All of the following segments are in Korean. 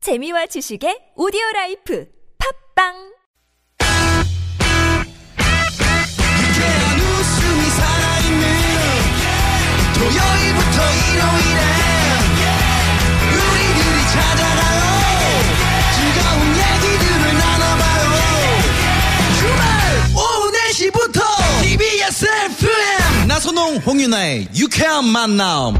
재미와 지식의 오디오 라이프 팝빵 유쾌한 웃음이 살아있는 토요일부터 일요일에 우리들이 찾아가요 즐거운 얘기들을 나눠봐요 주말 오후 4시부터 TBS FM 나선홍 홍윤아의 유쾌한 만남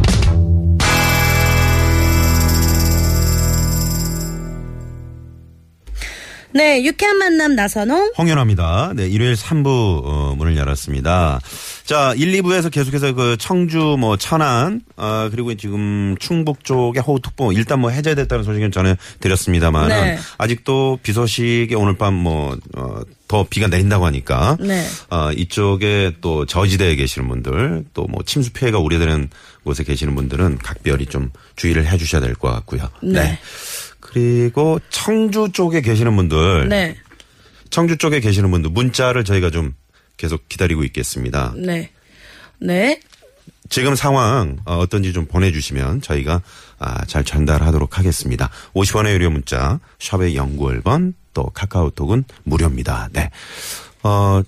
네, 유쾌한 만남 나선홍. 홍윤아입니다. 네, 일요일 3부 어, 문을 열었습니다. 자, 1, 2부에서 계속해서 그 청주 뭐 천안 아 그리고 지금 충북 쪽의 호우특보 일단 뭐 해제됐다는 소식은 전해 드렸습니다만 네. 은 아직도 비 소식에 오늘 밤뭐더 비가 내린다고 하니까 네. 아, 이쪽에 또 저지대에 계시는 분들 또 뭐 침수 피해가 우려되는 곳에 계시는 분들은 각별히 좀 주의를 해 주셔야 될 것 같고요. 네. 그리고 청주 쪽에 계시는 분들 네, 청주 쪽에 계시는 분들 문자를 저희가 좀 계속 기다리고 있겠습니다. 네, 네. 지금 상황 어, 어떤지 좀 보내주시면 저희가 아, 잘 전달하도록 하겠습니다. 50원의 유료 문자 샵의 연구 1번 또 카카오톡은 무료입니다. 네. 어,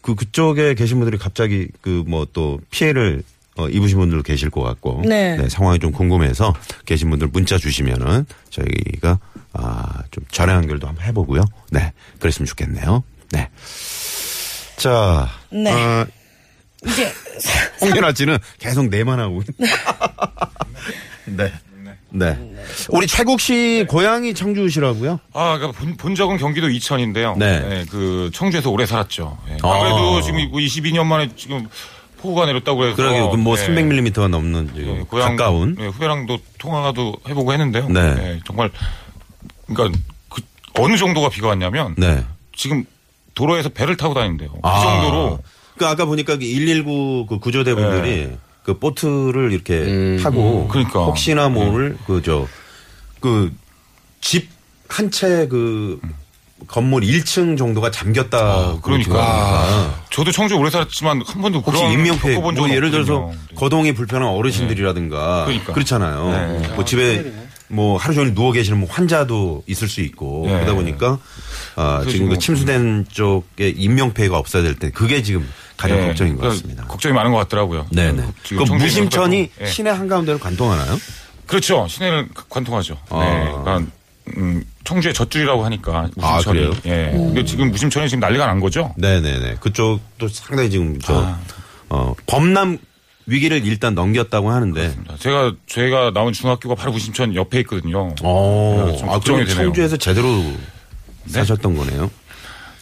그, 그쪽에 계신 분들이 갑자기 그 뭐 또 피해를 어, 입으신 분들도 계실 것 같고 네. 상황이 좀 궁금해서 계신 분들 문자 주시면은 저희가 아, 좀 전화 연결도 한번 해보고요. 네. 그랬으면 좋겠네요. 네. 자. 네. 어, 이제 홍윤아 씨는 계속 내만 하고. 네. 네. 우리 최국 네. 씨 고향이 청주시라고요? 아, 그러니까 본, 본 적은 경기도 이천인데요. 네. 그 청주에서 오래 살았죠. 예. 아. 아무래도 지금 22년 만에 지금 폭우가 내렸다고 그래서 그러게요. 그뭐 예. 300mm가 넘는 지금 예, 고향, 가까운. 예, 후배랑도 통화도 해보고 했는데요. 네. 예, 정말 그러니까 그 어느 정도가 비가 왔냐면 네. 지금 도로에서 배를 타고 다닌대요. 아. 그 정도로 그 아까 보니까 119 그 구조대분들이 그 보트를 이렇게 타고 네. 그러니까. 혹시나 모를 그 저 그 집 한 채 그 건물 1층 정도가 잠겼다. 음. 그렇죠. 그러니까. 저도 청주 오래 살았지만 한 번도 혹시 그런 인명피해 겪어본 뭐 적은 예를 들어서 없거든요. 네. 거동이 불편한 어르신들이라든가 네. 그러니까. 그렇잖아요 네. 뭐 집에 뭐 하루 종일 누워 계시는 뭐 환자도 있을 수 있고 네. 음. 그러다 보니까 아, 그래서 지금 그 지금 침수된 쪽에 인명피해가 없어야 될 때 그게 지금 가장 예, 걱정인 것 그러니까 같습니다. 걱정이 많은 것 같더라고요. 네네. 그 지금 청주에 무심천이 있는 것도- 예. 시내 한가운데로 관통하나요? 그렇죠. 시내를 관통하죠. 네. 그러니까 음, 청주의 젖줄이라고 하니까 아, 무심천이. 그래요? 예. 근데 지금 무심천이 지금 난리가 난 거죠. 네네네. 그쪽도 상당히 지금 저 아. 어, 범람 위기를 일단 넘겼다고 하는데 제가 제가 나온 중학교가 바로 무심천 옆에 있거든요. 어, 좀 아, 걱정이 그럼 되네요. 네. 청주에서 제대로 사셨던 거네요.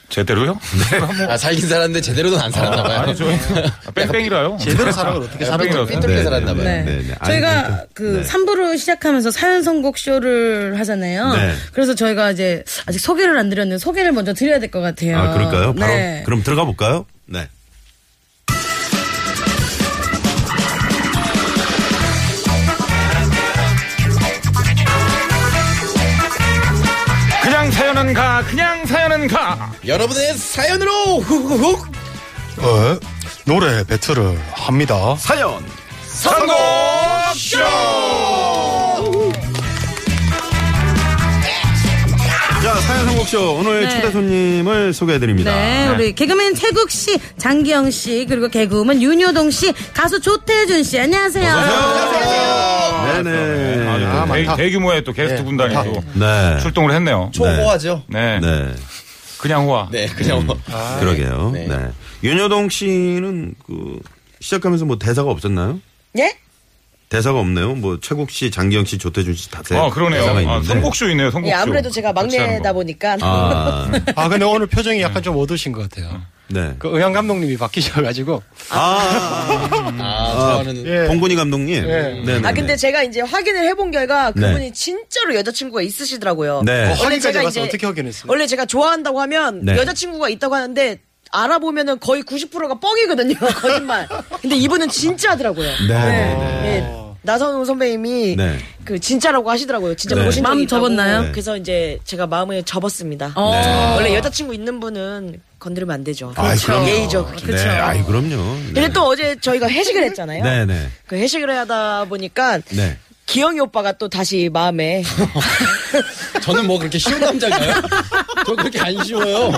제대로요? 네. 아 살긴 살았는데 제대로는 안 살았나 봐요. 아니 저 뺑뺑이라요. 제대로 살아걸 어떻게 살았나 삐뚤- 삐뚤게 살았나 봐요. 네. 네, 네. 아니, 저희가 그러니까, 그 네. 삼 3부로 시작하면서 사연 선곡 쇼를 하잖아요. 네. 그래서 저희가 이제 아직 소개를 안 드렸는데 소개를 먼저 드려야 될 것 같아요. 아, 그럴까요? 바로 네. 그럼 들어가 볼까요? 네. 그냥 사연은 가. 그냥 사연은 아, 가. 여러분의 사연으로 훅훅훅 어, 노래 배틀을 합니다. 사연. 선곡 쇼. 자, 사연 선곡쇼 오늘 네. 초대 손님을 소개해 드립니다. 네, 우리 개그맨 최국 씨, 장기영 씨, 그리고 개그우먼 윤효동 씨, 가수 조태준 씨, 안녕하세요. 네, 네. 대, 대규모의 또 게스트 분단이 또 네. 출동을 했네요. 초호하죠. 네. 네. 그냥 호화. 네, 그냥 뭐 그러게요. 네. 네. 윤여동 씨는 그 시작하면서 뭐 대사가 없었나요? 예? 대사가 없네요. 뭐 최국 씨, 장기영 씨, 조태준 씨다 아 그러네요. 대사가 아, 있는데. 선곡쇼 있네요. 선곡쇼. 예, 아무래도 제가 뭐 같이 하는 막내다 거. 보니까. 아, 아, 근데 오늘 표정이 네. 약간 좀 어두우신 것 같아요. 네. 그 의향 감독님이 바뀌셔가지고. 아, 좋아하는 예. 봉근이 감독님. 예. 네. 아 근데 제가 이제 확인을 해본 결과 그분이 네. 진짜로 여자친구가 있으시더라고요. 네. 어, 허리까지 가서 어떻게 확인했어요? 원래 제가 좋아한다고 하면 네. 여자친구가 있다고 하는데 알아보면은 거의 90%가 뻥이거든요. 거짓말. 근데 이분은 진짜 하더라고요. 네. 네. 예, 나선우 선배님이 네. 그 진짜라고 하시더라고요. 진짜 네. 보신 적이 마음 있다고. 접었나요? 네. 그래서 이제 제가 마음을 접었습니다. 어. 원래 여자친구 있는 분은 건드리면 안 되죠. 아이, 그럼요. 예의죠. 그게. 네. 아이, 그럼요. 근데 또 어제 저희가 회식을 했잖아요. 네, 네. 그 회식을 하다 보니까 네. 기영이 오빠가 또 다시 마음에 저는 뭐 그렇게 쉬운 남자인가요? 저 그렇게 안 쉬워요.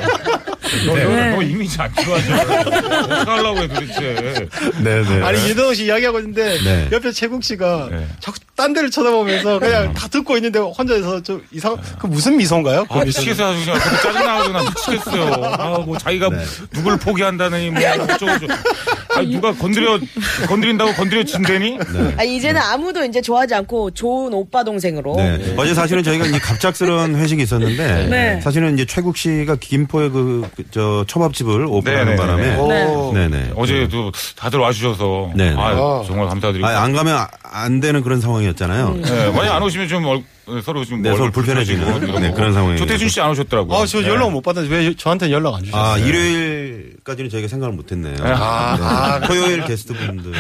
너, 네. 너, 너 이미지 안 좋아져. 어떻게 하려고 해 도대체. 네네. 아니 유동욱 씨 이야기하고 있는데 네. 옆에 최국 씨가 네. 자꾸 딴 데를 쳐다보면서 그냥 다 듣고 있는데 혼자서 좀 이상 그 무슨 미소인가요? 그 아, 미소는? 미치겠어요. 아주 그냥 그렇게 짜증나가지고 나 미치겠어요. 아, 뭐 자기가 네. 누굴 포기한다느니, 뭐, 어쩌고 저쩌고. 아, 누가 건드려, 건드린다고 건드려진대니? 네. 아 이제는 아무도 이제 좋아하지 않고 좋은 오빠 동생으로 네. 어제 사실은 저희가 이제 갑작스러운 회식이 있었는데 네. 사실은 이제 최국 씨가 김포의 그저 초밥집을 오픈하는 네, 네, 바람에 오. 네네. 어제도 다들 와주셔서. 네. 아, 아. 정말 감사드리고. 아, 안 가면 아- 안 되는 그런 상황이었잖아요. 네, 만약 안 오시면 좀 얼, 서로 좀 네, 서로 불편해지는 네, 그런 상황이에요. 조태준 씨 안 오셨더라고요. 네. 아, 저 연락 못 받았는데 왜 저한테 연락 안 주셨어요? 아, 일요일까지는 저희가 생각을 못 했네요. 아. 네. 토요일 게스트분들.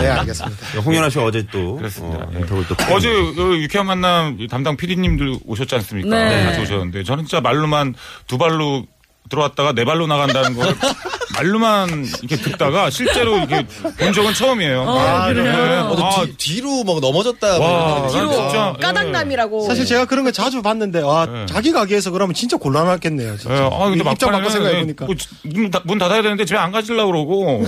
네, 알겠습니다. 홍연아 씨 어제 또 그렇습니다. 어, 예. 인터뷰를 또 어제 그 유쾌한 만남 담당 PD님들 오셨지 않습니까? 네. 같이 오셨는데 저는 진짜 말로만 두 발로 들어왔다가 네 발로 나간다는 걸 말로만 이렇게 듣다가 실제로 이렇게 본 적은 처음이에요. 아, 그래요? 어, 저 아, 뒤, 뒤로 막 넘어졌다. 뭐 이런 와, 얘기 난 진짜 까닥남이라고 사실 제가 그런 거 자주 봤는데 와 자기 가게에서 그러면 진짜 곤란하겠네요. 예, 진짜. 네. 아, 근데 입장 막판에 바꿔 생각해 보니까. 문, 닫- 문 닫아야 되는데 집에 안 가시려고 그러고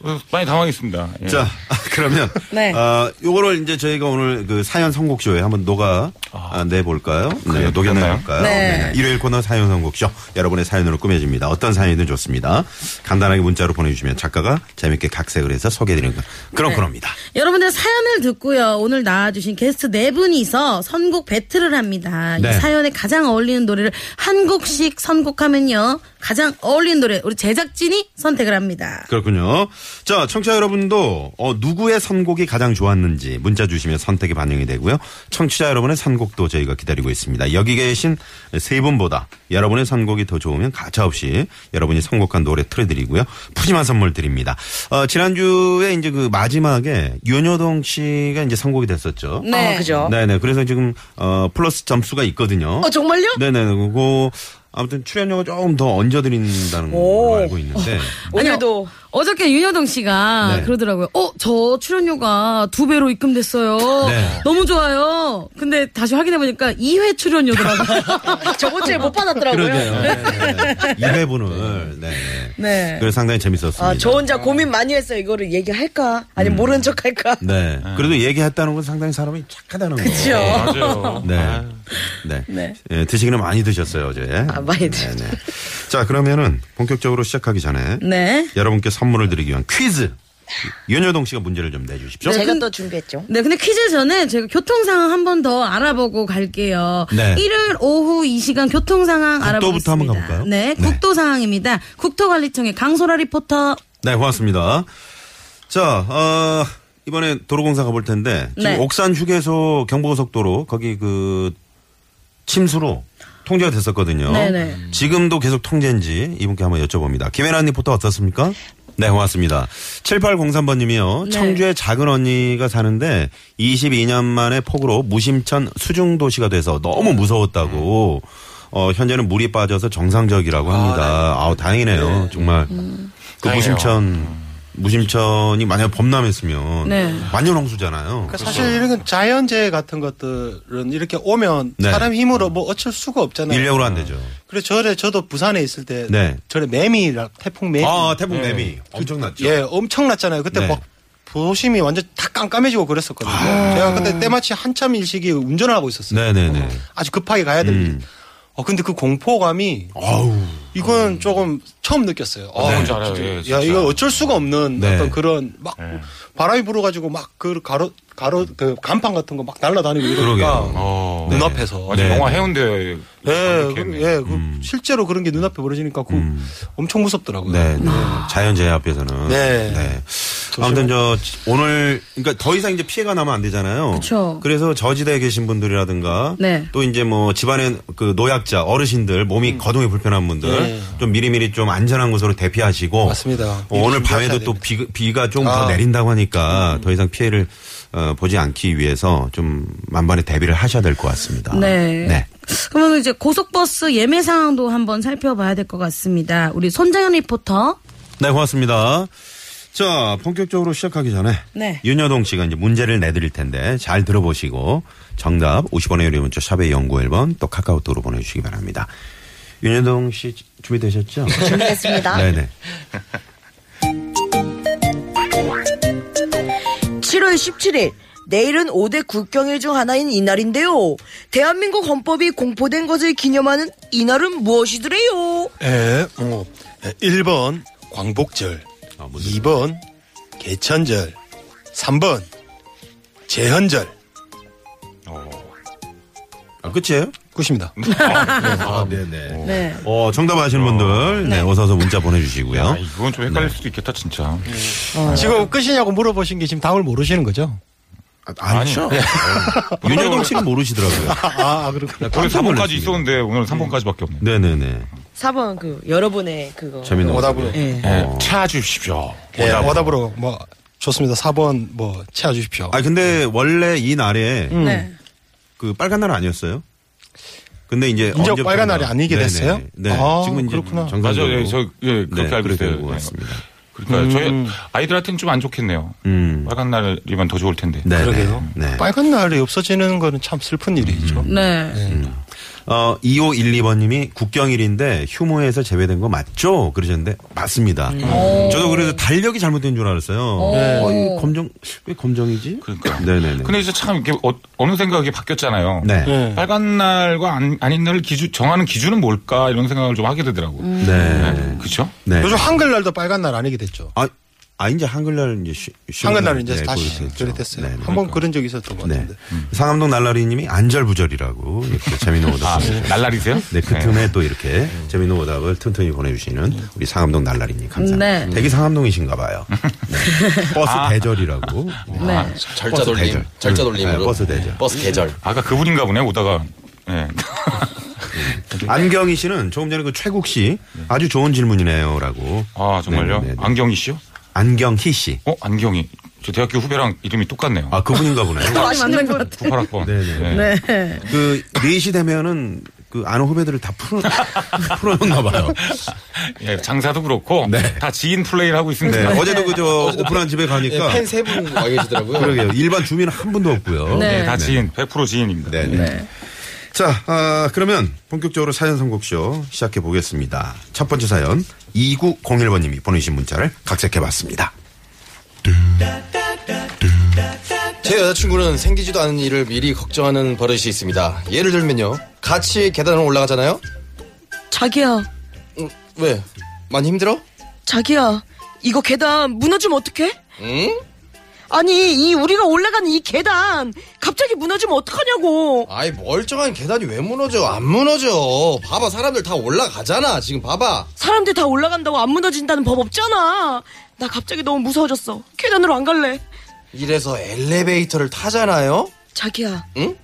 어, 많이 당황했습니다. 예. 네. 자, 그러면 네. 어, 요거를 이제 저희가 오늘 그 사연 선곡쇼에 한번 녹아 아, 내볼까요? 네, 녹여내볼까요? 네. 일요일 코너 사연 선곡쇼 여러분의 사연으로 꾸며집니다. 어떤 사연이든 좋습니다. 간단하게 문자로 보내주시면 작가가 재밌게 각색을 해서 소개해드리는 거. 그럼 네. 그럽니다. 여러분들 사연을 듣고요. 오늘 나와주신 게스트 네 분이서 선곡 배틀을 합니다. 네. 이 사연에 가장 어울리는 노래를 한 곡씩 선곡하면요. 가장 어울리는 노래 우리 제작진이 선택을 합니다. 그렇군요. 자, 청취자 여러분도 어, 누구의 선곡이 가장 좋았는지 문자 주시면 선택이 반영이 되고요. 청취자 여러분의 선곡도 저희가 기다리고 있습니다. 여기 계신 세 분보다 여러분의 선곡이 더 좋으면 가차없이 여러분이 선곡한 노래 틀어드리고요. 푸짐한 선물 드립니다. 어, 지난주에 이제 그 마지막에 윤여동 씨가 이제 선곡이 됐었죠. 네 아, 그죠 네네. 그래서 지금 어, 플러스 점수가 있거든요. 어 정말요? 네네. 그거 아무튼 출연료가 조금 더 얹어드린다는 걸로 오. 어. 알고 있는데. 오늘도 어저께 윤여동 씨가 네. 그러더라고요. 어, 저 출연료가 두 배로 입금됐어요. 네. 너무 좋아요. 근데 다시 확인해보니까 2회 출연료더라고요. 저번 주에 못 받았더라고요 네. 이 회분을 네. 네. 그래서 상당히 재밌었습니다. 음. 아, 저 혼자 고민 많이 했어요. 이거를 얘기할까? 아니, 모른 척 할까? 네. 그래도 얘기했다는 건 상당히 사람이 착하다는 거죠. 그죠? 어, 맞아요. 네. 네. 예, 드시기는 많이 드셨어요, 어제. 아, 많이 네, 드셨죠. 네. 자, 그러면은 본격적으로 시작하기 전에 네. 여러분께 선물을 드리기 위한 퀴즈. 윤여동 씨가 문제를 좀 내주십시오. 제가 또 준비했죠. 네, 근데 퀴즈 전에 제가 교통 상황 한 번 더 알아보고 갈게요. 네. 일요일 오후 이 시간 교통 상황 국도부터 알아보겠습니다. 한번 가볼까요? 네, 네. 국도 상황입니다. 국토관리청의 강소라 리포터. 네, 고맙습니다. 자, 어, 이번에 도로공사 가볼 텐데 지금 네. 옥산 휴게소 경부고속도로 거기 그 침수로 통제가 됐었거든요. 네네. 지금도 계속 통제인지 이분께 한번 여쭤봅니다. 김혜란 리포터 어떻습니까? 네, 고맙습니다. 7803번님이요. 네. 청주에 작은 언니가 사는데 22년 만에 폭우로 무심천 수중 도시가 돼서 너무 무서웠다고. 어, 현재는 물이 빠져서 정상적이라고 합니다. 아, 우 다행이네요. 정말. 음. 그 다행이에요. 음. 무심천 무심천이 만약 범람했으면 네. 완전 홍수잖아요. 그렇죠. 그러니까 사실 이런 건 자연재해 같은 것들은 이렇게 오면 네. 사람 힘으로 뭐 어쩔 수가 네. 없잖아요. 인력으로 안 되죠. 그래서 절에 저도 부산에 있을 때 네. 절에 매미라 태풍 네. 매미 아, 태풍 매미 엄청났죠. 예 엄청났잖아요. 그때 네. 막 도심이 완전 다 깜깜해지고 그랬었거든요. 제가 그때 때마치 한참 일식이 운전을 하고 있었어요. 아. 네네네. 음. 어, 아주 급하게 가야 될 일. 어 근데 그 공포감이 이건 조금 처음 느꼈어요. 어, 뭔지 알아요. 예, 야 진짜. 이거 어쩔 수가 없는 네. 어떤 그런 막 예. 바람이 불어가지고 막 그 가로 가로 그 간판 같은 거 막 날라다니고 이러니까 그러게요. 어, 눈앞에서 맞아, 네. 음. 영화 해운대. 예, 그, 예, 그 실제로 그런 게 눈앞에 벌어지니까 그 엄청 무섭더라고요. 네, 네. 자연재해 앞에서는. 아. 네. 아무튼 저 오늘 그러니까 더 이상 이제 피해가 나면 안 되잖아요. 그쵸. 래서 저지대에 계신 분들이라든가 네. 또 이제 뭐 집안에 그 노약자 어르신들 몸이 음. 거동이 불편한 분들 네. 좀 미리미리 좀 안전한 곳으로 대피하시고 맞습니다. 어, 미리 오늘 준비하셔야 밤에도 또 됩니다. 아. 음. 비, 비가 좀 더 내린다고 하니까 더 이상 피해를 어, 보지 않기 위해서 좀 만반의 대비를 하셔야 될 것 같습니다. 네. 그러면 이제 고속버스 예매 상황도 한번 살펴봐야 될 것 같습니다. 우리 손장현 리포터. 네, 고맙습니다. 자, 본격적으로 시작하기 전에 네. 윤여동 씨가 이제 문제를 내드릴 텐데 잘 들어보시고 정답 50원의 유료 문자 샵의 연구 1번 또 카카오톡으로 보내주시기 바랍니다. 윤여동 씨 준비되셨죠? 준비했습니다. 네네. 7월 17일 내일은 5대 국경일 중 하나인 이날인데요. 대한민국 헌법이 공포된 것을 기념하는 이날은 무엇이더래요? 에, 어, 1번 광복절, 아, 무슨- 2번 개천절, 3번 제헌절. 아, 끝이에요? 끝입니다. 아, 네네. 네. 어, 정답 아시는 분들, 네, 어서 어서 문자 보내주시고요. 아, 이건 좀 헷갈릴 수도 있겠다 진짜. 음. 지금 끝이냐고 물어보신 게 지금 답을 모르시는 거죠? 아니죠. 윤여동 씨는 모르시더라고요. 아, 오늘 그렇구나. 깜짝 3번까지 놀랐습니다. 있었는데 오늘 3번까지밖에 없네. 네네네. 4번 그 여러분의 그거. 재밌는 오답으로. 모습이에요. 네. 찾으십시오. 예, 오답으로 뭐 좋습니다. 4번 뭐 채워주십시오. 아 근데 네. 원래 이 날에 음. 네. 그 빨간 날 아니었어요? 근데 이제 이제 언제부터인가- 빨간 날이 아니게 네네. 됐어요? 네. 아, 지금 이제 그렇구나. 정상적으로. 맞아요. 예, 저 예, 그렇게 네, 알고 그렇게 있어요. 되고 왔습니다. 그러니까 저희 아이들한테는 좀 안 좋겠네요. 음. 빨간 날이면 더 좋을 텐데. 네. 그러게요. 네. 음, 빨간 날이 없어지는 거는 참 슬픈 일이죠. 네. 어 2512번님이 국경일인데 휴무에서 제외된 거 맞죠? 그러셨는데 맞습니다. 음. 음. 저도 그래서 달력이 잘못된 줄 알았어요. 어, 이 검정 왜 검정이지? 그러니까. 네네네. 근데 이제 참 이게 어, 어느 생각이 바뀌었잖아요. 네. 네. 빨간 날과 안, 아닌 날을 기준 정하는 기준은 뭘까 이런 생각을 좀 하게 되더라고. 요 네. 그렇죠? 네. 요즘 한글날도 빨간 날 아니게 됐죠. 아, 아 이제 한글날 이제 쉬, 쉬는 한글날은 날. 이제 네, 다시 그렇게 됐죠. 그래 됐어요. 네네. 한번 그런 적이 있었던 것 네. 같은데. 상암동 날라리님이 안절부절이라고 이렇게 재미있는 음. 아, 오답 보내주셨어요. 날날이세요? 네, 그 틈에 또 이렇게 재미있는 오답을 틈틈이 보내주시는 우리 상암동 날라리님 감사합니다. 네. 되게 상암동이신가 봐요. 네. 버스 아. 대절이라고. 네. 네. 절자 음. 돌림. 대절. 절자 네, 돌림으로. 버스 대절. 버스 계절. 아까 그분인가 보네 오다가. 예. 안경희 씨는 조금 전에 그 최국 씨 아주 좋은 질문이네요라고. 아 정말요? 네, 네, 네. 안경이 씨요? 안경희 씨. 어 안경이 저 대학교 후배랑 이름이 똑같네요. 아, 그분인가 보네요. 맞는 것 같아. 98학번. 네네. 네. 그 4시 되면은 그 아는 후배들을 다 풀어 풀어놓나 봐요. 예, 장사도 그렇고 다 지인 플레이를 하고 있습니다. 네, 어제도 그저 오픈한 집에 가니까 예, 팬 세 분 와 계시더라고요. 아, 그러게요. 일반 주민은 한 분도 없고요. 예, 네. 다 지인, 100% 지인입니다. 네. 네. 자, 아, 그러면 본격적으로 사연 선곡쇼 시작해 보겠습니다. 첫 번째 사연 2901번님이 보내주신 문자를 각색해 봤습니다. 제 여자친구는 생기지도 않은 일을 미리 걱정하는 버릇이 있습니다. 예를 들면요. 같이 계단을 올라가잖아요. 자기야, 음, 왜? 많이 힘들어? 자기야, 이거 계단 무너지면 어떡해? 응? 아니, 이 우리가 올라가는 이 계단 갑자기 무너지면 어떡하냐고. 아이 멀쩡한 계단이 왜 무너져? 안 무너져. 봐봐 사람들 다 올라가잖아. 지금 봐봐. 사람들 다 올라간다고 안 무너진다는 법 없잖아. 나 갑자기 너무 무서워졌어. 계단으로 안 갈래. 이래서 엘리베이터를 타잖아요. 자기야. 응?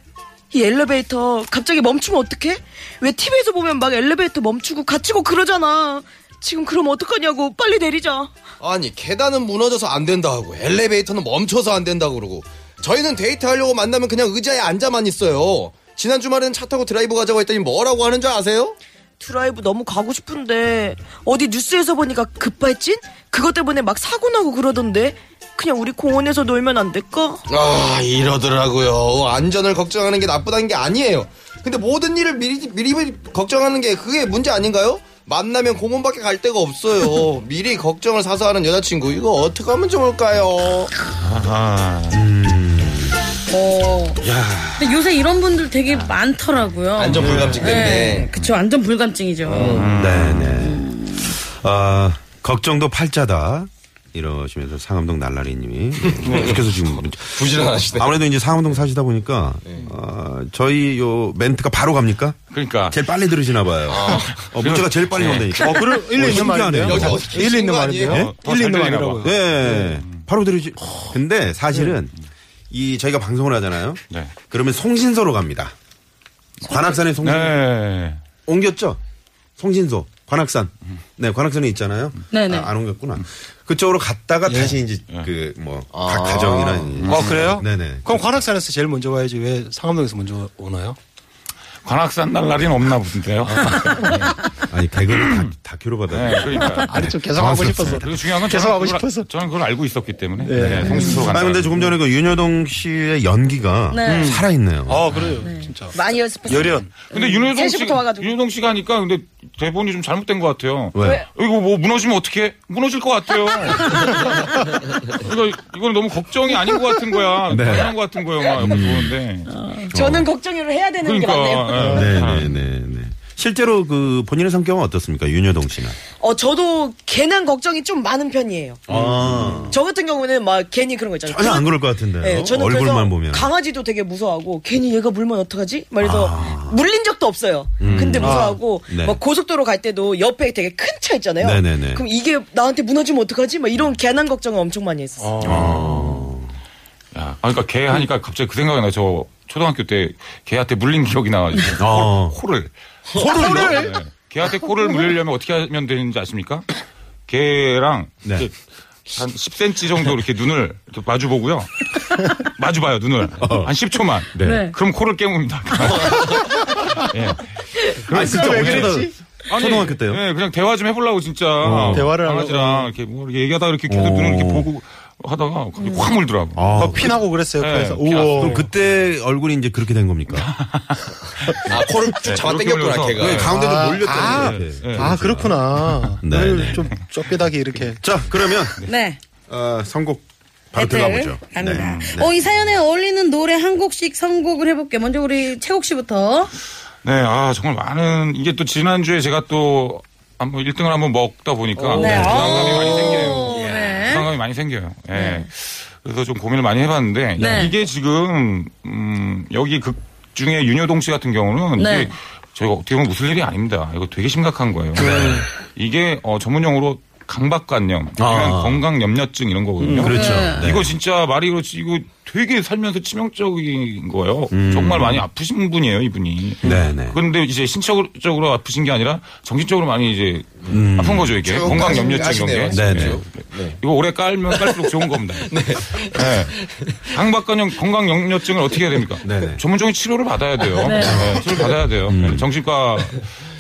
이 엘리베이터 갑자기 멈추면 어떡해? 왜 TV에서 보면 막 엘리베이터 멈추고 갇히고 그러잖아. 지금 그럼 어떡하냐고. 빨리 내리자. 아니 계단은 무너져서 안 된다 하고 엘리베이터는 멈춰서 안 된다 그러고 저희는 데이트하려고 만나면 그냥 의자에 앉아만 있어요. 지난 주말에는 차 타고 드라이브 가자고 했더니 뭐라고 하는 줄 아세요? 드라이브 너무 가고 싶은데 어디 뉴스에서 보니까 급발진? 그것 때문에 막 사고 나고 그러던데. 그냥 우리 공원에서 놀면 안 될까? 아 이러더라고요. 안전을 걱정하는 게 나쁘다는 게 아니에요. 근데 모든 일을 미리 미리 미리 걱정하는 게 그게 문제 아닌가요? 만나면 공원밖에 갈 데가 없어요. 미리 걱정을 사서 하는 여자친구 이거 어떻게 하면 좋을까요? 근데 요새 이런 분들 되게 아. 많더라고요. 안전 불감증 네. 때문에. 그쵸. 안전 불감증이죠. 어. 네네. 아, 걱정도 팔자다. 이러시면서 상암동 날라리님이 네, 계속해서 지금 문자- 부지런하시네. 아무래도 이제 상암동 사시다 보니까 아, 저희 요 멘트가 바로 갑니까? 그러니까 제일 빨리 들으시나 봐요. 어, 문자가 제일 빨리 온다니까. 어, 그럼 일리 있는 신기하네요. 말인데요. 여기 어디 일리 있는 아, 뭐 계신 거 말인데요. 아니에요? 더 일리 잘 있는 들리나 말이라고요. 봐. 네. 예? 바로 들으지. 근데 사실은 이 저희가 방송을 하잖아요. 네. 그러면 송신소로 갑니다. 관악산에 송신 네. 옮겼죠? 송신소 관악산. 음. 네, 관악산에 있잖아요. 네네. 아, 안 옮겼구나. 그쪽으로 갔다가 예. 다시 이제 그 뭐 각 가정이나 이제- 어, 아 그래요? 네네. 그럼 관악산에서 제일 먼저 와야지 왜 상암동에서 먼저 오나요? 관악산 날라리는 없나 본데요. 아니 개그는 다, 다큐로 받아야 네, 돼. 그러니까. 아니 좀 계속 하고 싶어서. 그리고 중요한 건 계속 저는 하고 그걸 아- 싶어서. 저는 그걸 알고 있었기 때문에. 네. 송수로 아 간다. 근데 조금 전에 그 윤여동 씨의 연기가 네. 살아 있네요. 어, 아 그래요 진짜. 많이 연습했어. 열연. 근데 윤효동 씨, 3시부터 와가지고. 윤효동 씨가 하니까 근데 대본이 좀 잘못된 것 같아요. 왜? 이거 뭐 무너지면 어떻게? 무너질 것 같아요. 이거 이건 너무 걱정이 아닌 것 같은 거야. 네. 당연한 것 같은 거예요. 막 이렇게 보는데. 네, 저는 걱정을 해야 되는 게 맞네요. 그러니까. 예. 네네네. 네. 실제로 그 본인의 성격은 어떻습니까? 윤여동 씨는? 어, 저도 괜한 걱정이 좀 많은 편이에요. 아. 저 같은 경우는 막 괜히 그런 거 있잖아요. 전혀 안 그- 그럴 것 같은데. 예, 요 저는 얼굴만 그래서 보면. 강아지도 되게 무서워하고 괜히 얘가 물면 어떡하지? 말해서 물린 적도 없어요. 근데 무서워하고 아. 음. 네. 막 고속도로 갈 때도 옆에 되게 큰 차 있잖아요. 네네네. 그럼 이게 나한테 무너지면 어떡하지? 막 이런 괜한 걱정을 엄청 많이 했었어요. 야, 아, 그러니까 개 하니까 갑자기 그 생각이 나. 저 초등학교 때 개한테 물린 기억이 나가지고 어. 코를 코를 네. 개한테 코를 물리려면 어떻게 하면 되는지 아십니까? 개랑 네. 이제 한 10cm 정도 이렇게 눈을 이렇게 마주 보고요. 마주 봐요 눈을 어. 한 10초만. 네. 그럼 코를 깨뭅니다. 예. 아, 진짜 왜 어쩌다 그랬지? 아니, 초등학교 때요? 어. 네, 그냥 대화 좀 해보려고 진짜 대화를 강아지랑 이렇게 뭐 이렇게 얘기하다가 이렇게 계속 오. 눈을 이렇게 보고 하다가 갑자기 음. 확 물더라고. 아, 더 피나고 그랬어요. 네, 그래서 피났어. 오. 그럼 그때 얼굴이 이제 그렇게 된 겁니까? 아, 코를 쭉 잡아당겼구나, 이렇게 네, 걔가. 올려서. 가운데도 아, 몰렸잖아요. 아, 이렇게. 아 그렇구나. 네, 오늘 네. 좀 쩝배닥이 이렇게. 자, 그러면 네. 어, 선곡 바로 배틀 들어가보죠. 네. 갑니다. 어, 이 사연에 어울리는 노래 한 곡씩 선곡을 해볼게요. 먼저 우리 최국 씨부터. 네, 아, 정말 많은, 이게 또 지난주에 제가 또, 한번 1등을 한번 먹다 보니까. 네. 부담감이 많이 오, 생기네요. 예. 네. 부담감이 많이 생겨요. 예. 그래서 좀 고민을 많이 해봤는데, 네. 이게 지금, 음, 여기 극 중에 윤여동 씨 같은 경우는. 네. 이게 저희가 어떻게 보면 웃을 일이 아닙니다. 이거 되게 심각한 거예요. 이게, 어, 전문용어로 강박관념, 아니면 아. 건강염려증 이런 거거든요. 음, 그렇죠. 어, 네. 이거 진짜 말이 그렇지 이거 되게 살면서 치명적인 거예요. 정말 많이 아프신 분이에요 이분이. 음. 네네. 그런데 이제 신체적으로 아프신 게 아니라 정신적으로 많이 이제 아픈 거죠 이게 조금 건강 염려증 아시네요. 이런 게. 음. 네네. 네. 이거 오래 깔면 깔수록 좋은 겁니다. 네. 강박관념 건강 염려증을 어떻게 해야 됩니까? 네네. 음. 전문적인 치료를 받아야 돼요. 네, 치료를 받아야 돼요. 네, 정신과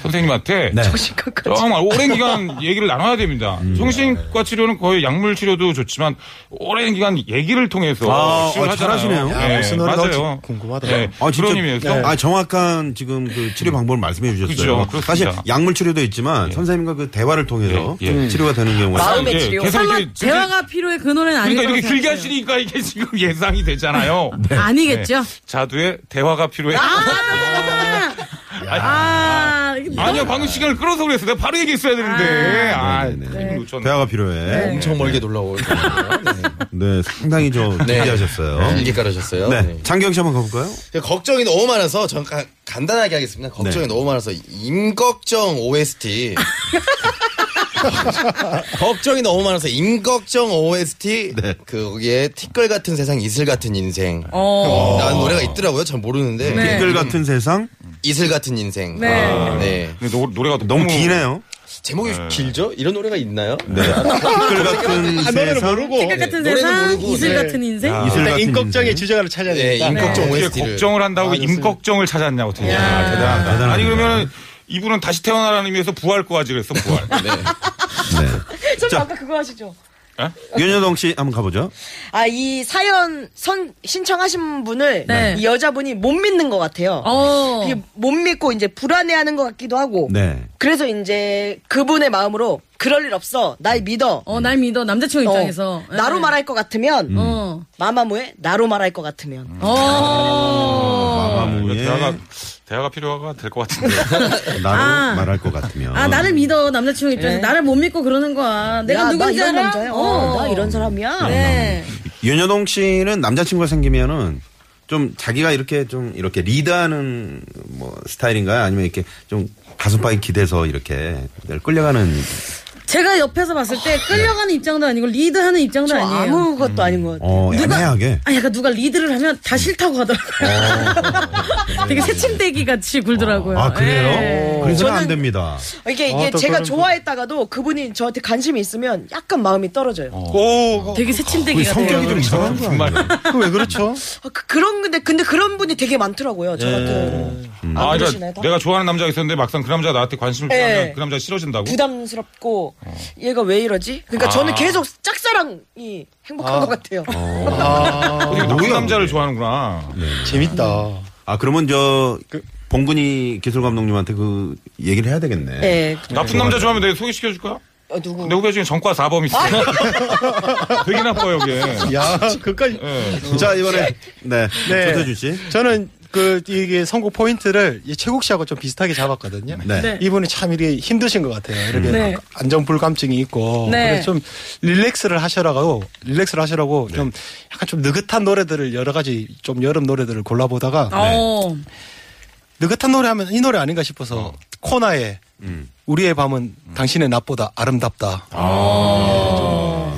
선생님한테 네. 아, 정말 오랜 기간 얘기를 나눠야 됩니다. 음. 정신과 치료는 거의 약물 치료도 좋지만 오랜 기간 얘기를 통해서 아, 치료를 어, 하잖아요. 잘하시네요. 예, 야, 무슨 노래가 맞아요. 어찌 궁금하다. 예, 아, 진짜. 그런 의미에서 아, 정확한 지금 그 치료 방법을 말씀해 주셨어요. 그죠, 그렇습니다. 사실 약물 치료도 있지만 선생님과 그 대화를 통해서 예, 예. 치료가 되는 경우가 마음의 예, 치료. 계속 설마 이렇게 진짜- 아, 대화가 필요해 그 노래는 아니고. 그러니까 이렇게 길게 하시니까 이게 지금 예상이 되잖아요. 네. 아니겠죠? 네. 자두에 대화가 필요해. 아, 아, 이게 니요 방금 시간을 끌어서 그랬어. 내가 바로 얘기했어야 되는데. 아, 네네네. 타이밍 놓쳤네. 대화가 필요해. 엄청 멀게 놀라고. 네, 상당히 저 준비하셨어요. 길게 깔아셨어요. 네. 장경 씨 한번 가볼까요? 그 걱정이 너무 많아서 전 가- 간단하게 하겠습니다. 걱정이 네. 너무 많아서 임걱정 OST. 걱정이 너무 많아서 임걱정 OST 네. 그 거기에 티끌 같은 세상 이슬 같은 인생 어. 라는 노래가 있더라고요. 잘 모르는데 네. 글 같은 세상 이슬 같은 인생. 네. 아, 네. 근데 노, 노래가 너무 기네요. 제목이 길죠? 이런 노래가 있나요? 글 같은 세상 네, 생각 같은 노래는 세상, 모르고, 이슬 네. 같은 인생. 아. 이슬 일단 아, 같은 인걱정의 인생. 주제가를 찾아야 네, 된다. 임걱정 이렇게 OST를. 걱정을 한다고 임걱정을 찾았냐고 되게 아, 대단하다. 대단하다. 아니 그러면 이분은 다시 태어나라는 의미에서 부활 꼬아지 그랬어 부활. 선생님 아까 그거 하시죠? 윤여동 씨 한번 가보죠. 아, 이 사연 선, 신청하신 분을 네. 이 여자분이 못 믿는 것 같아요. 어. 이게 못 믿고 이제 불안해하는 것 같기도 하고. 네. 그래서 이제 그분의 마음으로 그럴 일 없어. 날 믿어. 어, 날 믿어. 남자친구 어, 입장에서. 나로 예. 말할 것 같으면 어. 음. 마마무의 나로 말할 것 같으면 어. 이거 마마무의 아, 그러니까 대화가 대화가 필요가 될 것 같은데. 나로 아. 말할 것 같으면. 아, 나를 믿어. 남자친구 입장에서. 네. 나를 못 믿고 그러는 거야. 내가 야, 누군지 나 이런 알아? 남자야. 어, 나 이런 사람이야. 네. 윤여동 씨는 남자친구가 생기면은 좀 자기가 이렇게 좀 이렇게 리드하는 뭐 스타일인가요? 아니면 이렇게 좀 가슴팍에 기대서 이렇게 끌려가는 제가 옆에서 봤을 때 아. 끌려가는 입장도 아니고 리드하는 입장도 그 아니에요. 어, 아무것도 아닌 것 같아요. 어, 애매하게. 아, 약간 누가 리드를 하면 다 싫다고 어. 하더라고요. 되게 새침대기 같이 굴더라고요. 아, 그래요? 예. 그래서는 안 됩니다. 이게 이게 제가 좋아했다가도 그분이 저한테 관심이 있으면 약간 마음이 떨어져요. 오, 되게 그 새침대기가 성격이 돼요. 좀 이상한 거 정말. 아니에요? 그 왜 그렇죠? 아, 그, 그런 근데 근데 그런 분이 되게 많더라고요. 저 같은 안 아, 그러시나요? 그러니까 내가 좋아하는 남자가 있었는데 막상 그 남자가 나한테 관심을 표하면 예. 그 남자가 싫어진다고? 부담스럽고 얘가 왜 이러지? 그러니까 저는 계속 짝사랑이 행복한 것 같아요. 어. 되게 나쁜 남자를 좋아하는구나. 재밌다. 아, 그러면 저, 봉근이 기술 감독님한테 그 얘기를 해야 되겠네. 네, 나쁜 남자 좋아하면 내가 소개시켜줄 거야? 어, 누구? 내 후배 중에 전과 4범 있어. 되게 예. 나빠요, 이게. 야, 아, 그까지. 자, 이번에, 네. 조태준 씨. 저는 그 이게 선곡 포인트를 이 최국 씨하고 좀 비슷하게 잡았거든요. 네. 네. 이분이 참 이게 힘드신 것 같아요. 이렇게 네. 안정불감증이 있고 네. 그래서 좀 릴렉스를 하시라고 릴렉스를 하시라고 네. 좀 약간 좀 느긋한 노래들을 여러 가지 좀 여름 노래들을 골라보다가 어. 느긋한 노래 하면 이 노래 아닌가 싶어서 코나의 음. 우리의 밤은 당신의 낮보다 아름답다.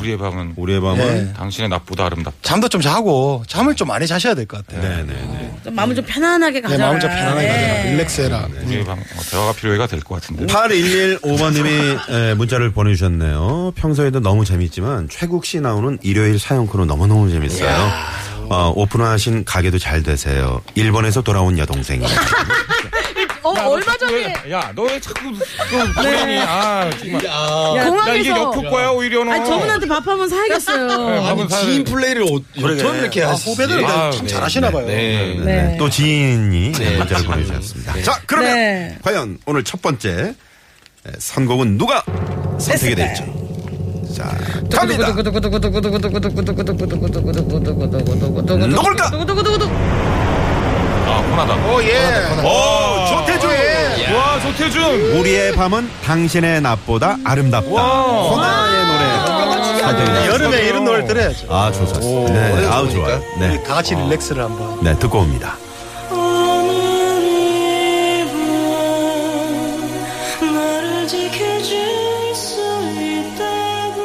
우리의 밤은 우리의 밤은. 당신의 낮보다 아름답다. 잠도 좀 자고 잠을 좀 많이 자셔야 될 것 같아요. 네, 네, 네. 좀 마음을 좀 편안하게 내 가져라. 네, 마음 좀 편안하게 예. 가져라. 릴렉스해라. 네. 우리의 밤, 어, 대화가 필요해가 될 것 같은데. 8115번님이 네. 예, 문자를 보내주셨네요. 평소에도 너무 재밌지만 최국 씨 나오는 일요일 사연코너 너무너무 재밌어요. 어, 오픈하신 가게도 잘 되세요. 일본에서 돌아온 여동생이. 어, 얼마 전에 야, 너 왜 자꾸 그 고양이 아 정말. 야, 어, 이게 네. 공항에서 역효과야 오히려 너. 아니 저분한테 밥 한번 사야겠어요. 밥은 사야 지인 플레이를 어- 어쩜 이렇게 아, 하시지? 후배들 아, 참 네. 잘하시나 봐요. 네. 네. 네. 또 지인이 문자를 보내주셨습니다. 자, 그러면 네. 과연 오늘 첫 번째 에, 선곡은 누가 선택이 될지. 자, 갑니다. 누굴까? 아, 혼하다. 오 예. 오, 조태준. 와, 조태준. 우리의 밤은 당신의 낮보다 아름답다. 소나의 노래. 사전이다. 아, 여름에 이런 노래 들어야죠. 아, 좋습니다. 네, 아우 좋아요. 네. 다 같이 릴렉스를 한번. 네, 듣고 옵니다. 네, 나를 지켜줄 수 있다고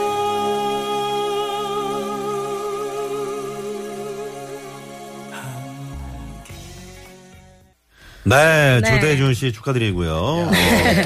네, 네. 조대준 씨 축하드리고요. 어,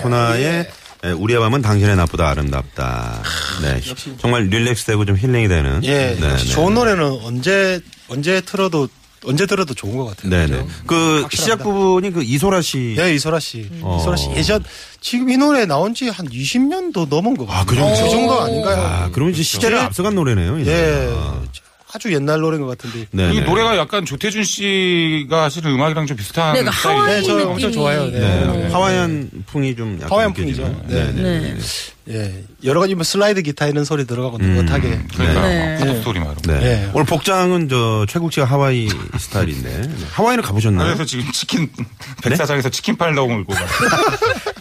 토나의 예. 에, 우리의 밤은 당신의 낮보다 아름답다. 네, 정말 릴렉스되고 좀 힐링이 되는. 예, 네, 역시 네. 좋은 노래는 언제 언제 틀어도 언제 들어도 좋은 것 같아요. 네네. 그 확실합니다. 시작 부분이 그 이소라 씨. 예, 이소라 씨. 어. 이소라 씨 예전 지금 이 노래 나온 지 한 20년도 넘은 것 같아요. 아, 그 정도? 아닌가요? 아, 그러면 이제 시대를 예. 앞서간 노래네요. 이 예. 노래가. 아주 옛날 노래인 것 같은데. 네. 이 네. 노래가 약간 조태준 씨가 하시는 음악이랑 좀 비슷한 네, 그 스타일. 하와이 네, 저 느낌이. 엄청 좋아요. 네. 네, 하와이안 풍이 좀 약간 하와이안 느껴지는. 풍이죠. 네. 아, 네. 네. 네. 예. 여러 가지 뭐 슬라이드 기타 이런 소리 들어가고 느긋하게. 그러니까 네. 막 구독 소리 말고. 네. 네. 오늘 복장은 저 최국 씨가 하와이 스타일인데 네. 하와이는 가보셨나요? 아, 그래서 지금 치킨 백사장에서 치킨 팔다고 울고 가.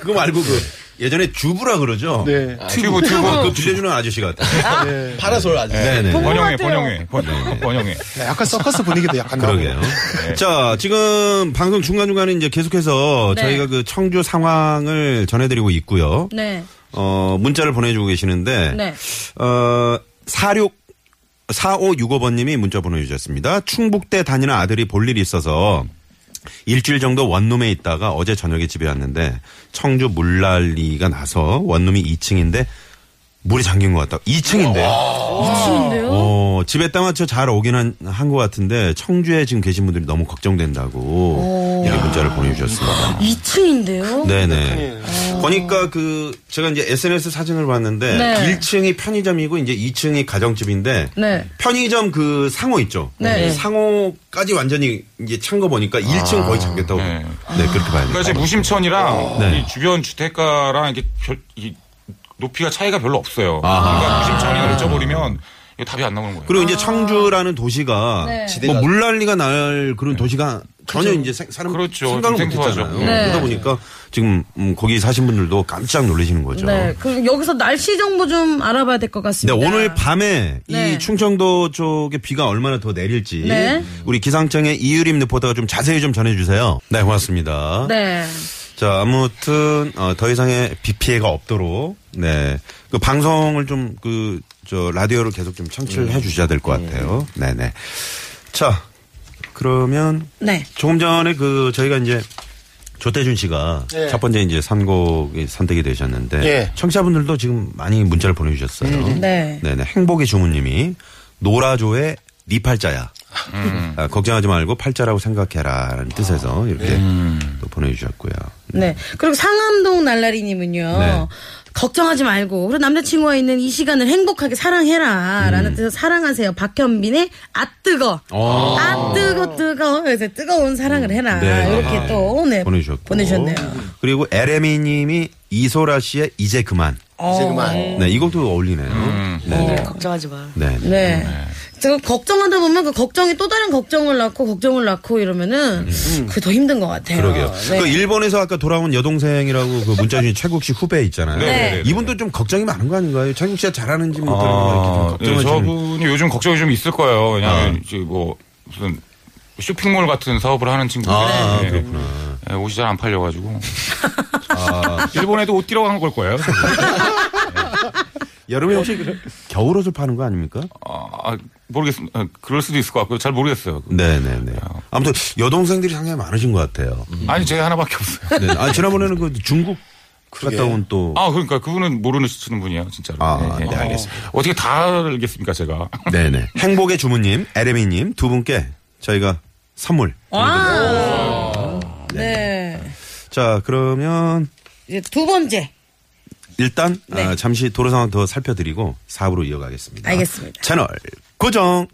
그거 말고 그 예전에 주부라 그러죠. 네. 튜브 튜브. 그 들려주는 아저씨 같아. 예. 파라솔 아주. 네네. 번영해 번영해 번- 번영해. 네, 약간 서커스 분위기도 약간 나고. 그러게요. 네. 자, 지금 방송 중간중간에 이제 계속해서 네. 저희가 그 청주 상황을 전해드리고 있고요. 네. 어, 문자를 보내주고 계시는데, 네. 어, 46, 4565번님이 문자 보내주셨습니다. 충북대 다니는 아들이 볼 일이 있어서 일주일 정도 원룸에 있다가 어제 저녁에 집에 왔는데 청주 물난리가 나서 원룸이 2층인데 물이 잠긴 것 같다. 2층인데. 미치는데요? 어, 집에 딱 맞춰 잘 오긴 한, 한 것 같은데 청주에 지금 계신 분들이 너무 어. 걱정된다고 이런 문자를 보내주셨습니다. 2층인데요? 네네. 보니까 그 제가 이제 SNS 사진을 봤는데 어. 네. 1층이 편의점이고 이제 2층이 가정집인데 네. 편의점 그 상호 있죠. 네. 상호까지 완전히 이제 찬 거 보니까 1층 거의 잠겼다고. 아. 네. 네, 그렇게 봐야 그러니까 돼요. 이제 무심천이랑 네. 이 주변 주택가랑 이게 별, 이 높이가 차이가 별로 없어요. 그러니까 무심천이나 잊어버리면 이거 답이 안 나오는 거예요. 그리고 아. 이제 청주라는 도시가 네. 지대가- 뭐 물난리가 날 그런 도시가 전혀 이제 생- 사람 그렇죠. 생각을 좀 못 했잖아요. 생소하죠. 네. 그러다 보니까 지금 음, 거기 사신 분들도 깜짝 놀라시는 거죠. 네. 그럼 여기서 날씨 정보 좀 알아봐야 될 것 네, 같습니다. 오늘 밤에 네. 이 충청도 쪽에 비가 얼마나 더 내릴지 네. 우리 기상청의 이유림 리포터가 좀 자세히 좀 전해주세요. 네, 고맙습니다. 네. 자, 아무튼 어, 더 이상의 비 피해가 없도록 네. 그 방송을 좀, 그, 저, 라디오를 계속 좀 청취를 음. 해 주셔야 될 것 같아요. 네네. 자, 그러면. 네. 조금 전에 그, 저희가 이제, 조태준 씨가 예. 첫 번째 이제 선곡이 선택이 되셨는데. 예. 음, 청취자분들도 지금 많이 문자를 보내주셨어요. 네. 네네. 행복의 주무님이 노라조의 네 팔자야. 음. 아, 걱정하지 말고 팔자라고 생각해라. 라는 아, 뜻에서 이렇게 네. 또 보내주셨고요. 네. 그리고 상암동 날라리님은요. 네. 걱정하지 말고 그리고 남자친구와 있는 이 시간을 행복하게 사랑해라라는 음. 뜻에서 사랑하세요 박현빈의 아 뜨거 오. 아 뜨거 뜨거 그래서 뜨거운 사랑을 해라 이렇게 음. 아, 또 네, 보내주셨고. 보내주셨네요 그리고 LME 님이 이소라 씨의 이제 그만. 어. 이제 그만. 네, 이것도 어울리네요. 음. 네네. 걱정하지 마. 네. 네. 제가 걱정하다 보면 그 걱정이 또 다른 걱정을 낳고 걱정을 낳고 이러면은 그게 더 힘든 것 같아요. 음. 그러게요. 네. 그 일본에서 아까 돌아온 여동생이라고 그 문자 중에 최국 씨 후배 있잖아요. 네. 이분도 좀 걱정이 많은 거 아닌가요? 최국 씨가 잘하는지 아, 못하는지 예, 걱정을 좀. 저분이 요즘 걱정이 좀 있을 거예요. 왜냐하면 이제 뭐 무슨 쇼핑몰 같은 사업을 하는 친구인데 아, 예, 예, 옷이 잘 안 팔려가지고 아. 일본에도 옷 뛰러 간 걸 거예요. 그 여름에 혹시 어, 겨울 옷을 파는 거 아닙니까? 아, 모르겠습니다. 그럴 수도 있을 것 같고 잘 모르겠어요. 네네네. 아무튼 여동생들이 상당히 많으신 것 같아요. 아니 제가 하나밖에 없어요. 네. 아, 지난번에는 그 중국 갔다 온 또. 아 그러니까 그분은 모르시는 분이에요, 진짜로. 아, 예, 예. 네, 알겠습니다. 어떻게 다 알겠습니까, 제가? 네네. 행복의 주부님, 에레미님 두 분께 저희가 선물. 와. 네. 자, 그러면 이제 두 번째. 일단 네. 아, 잠시 도로 상황 더 살펴드리고 4부로 이어가겠습니다. 알겠습니다. 채널 고정.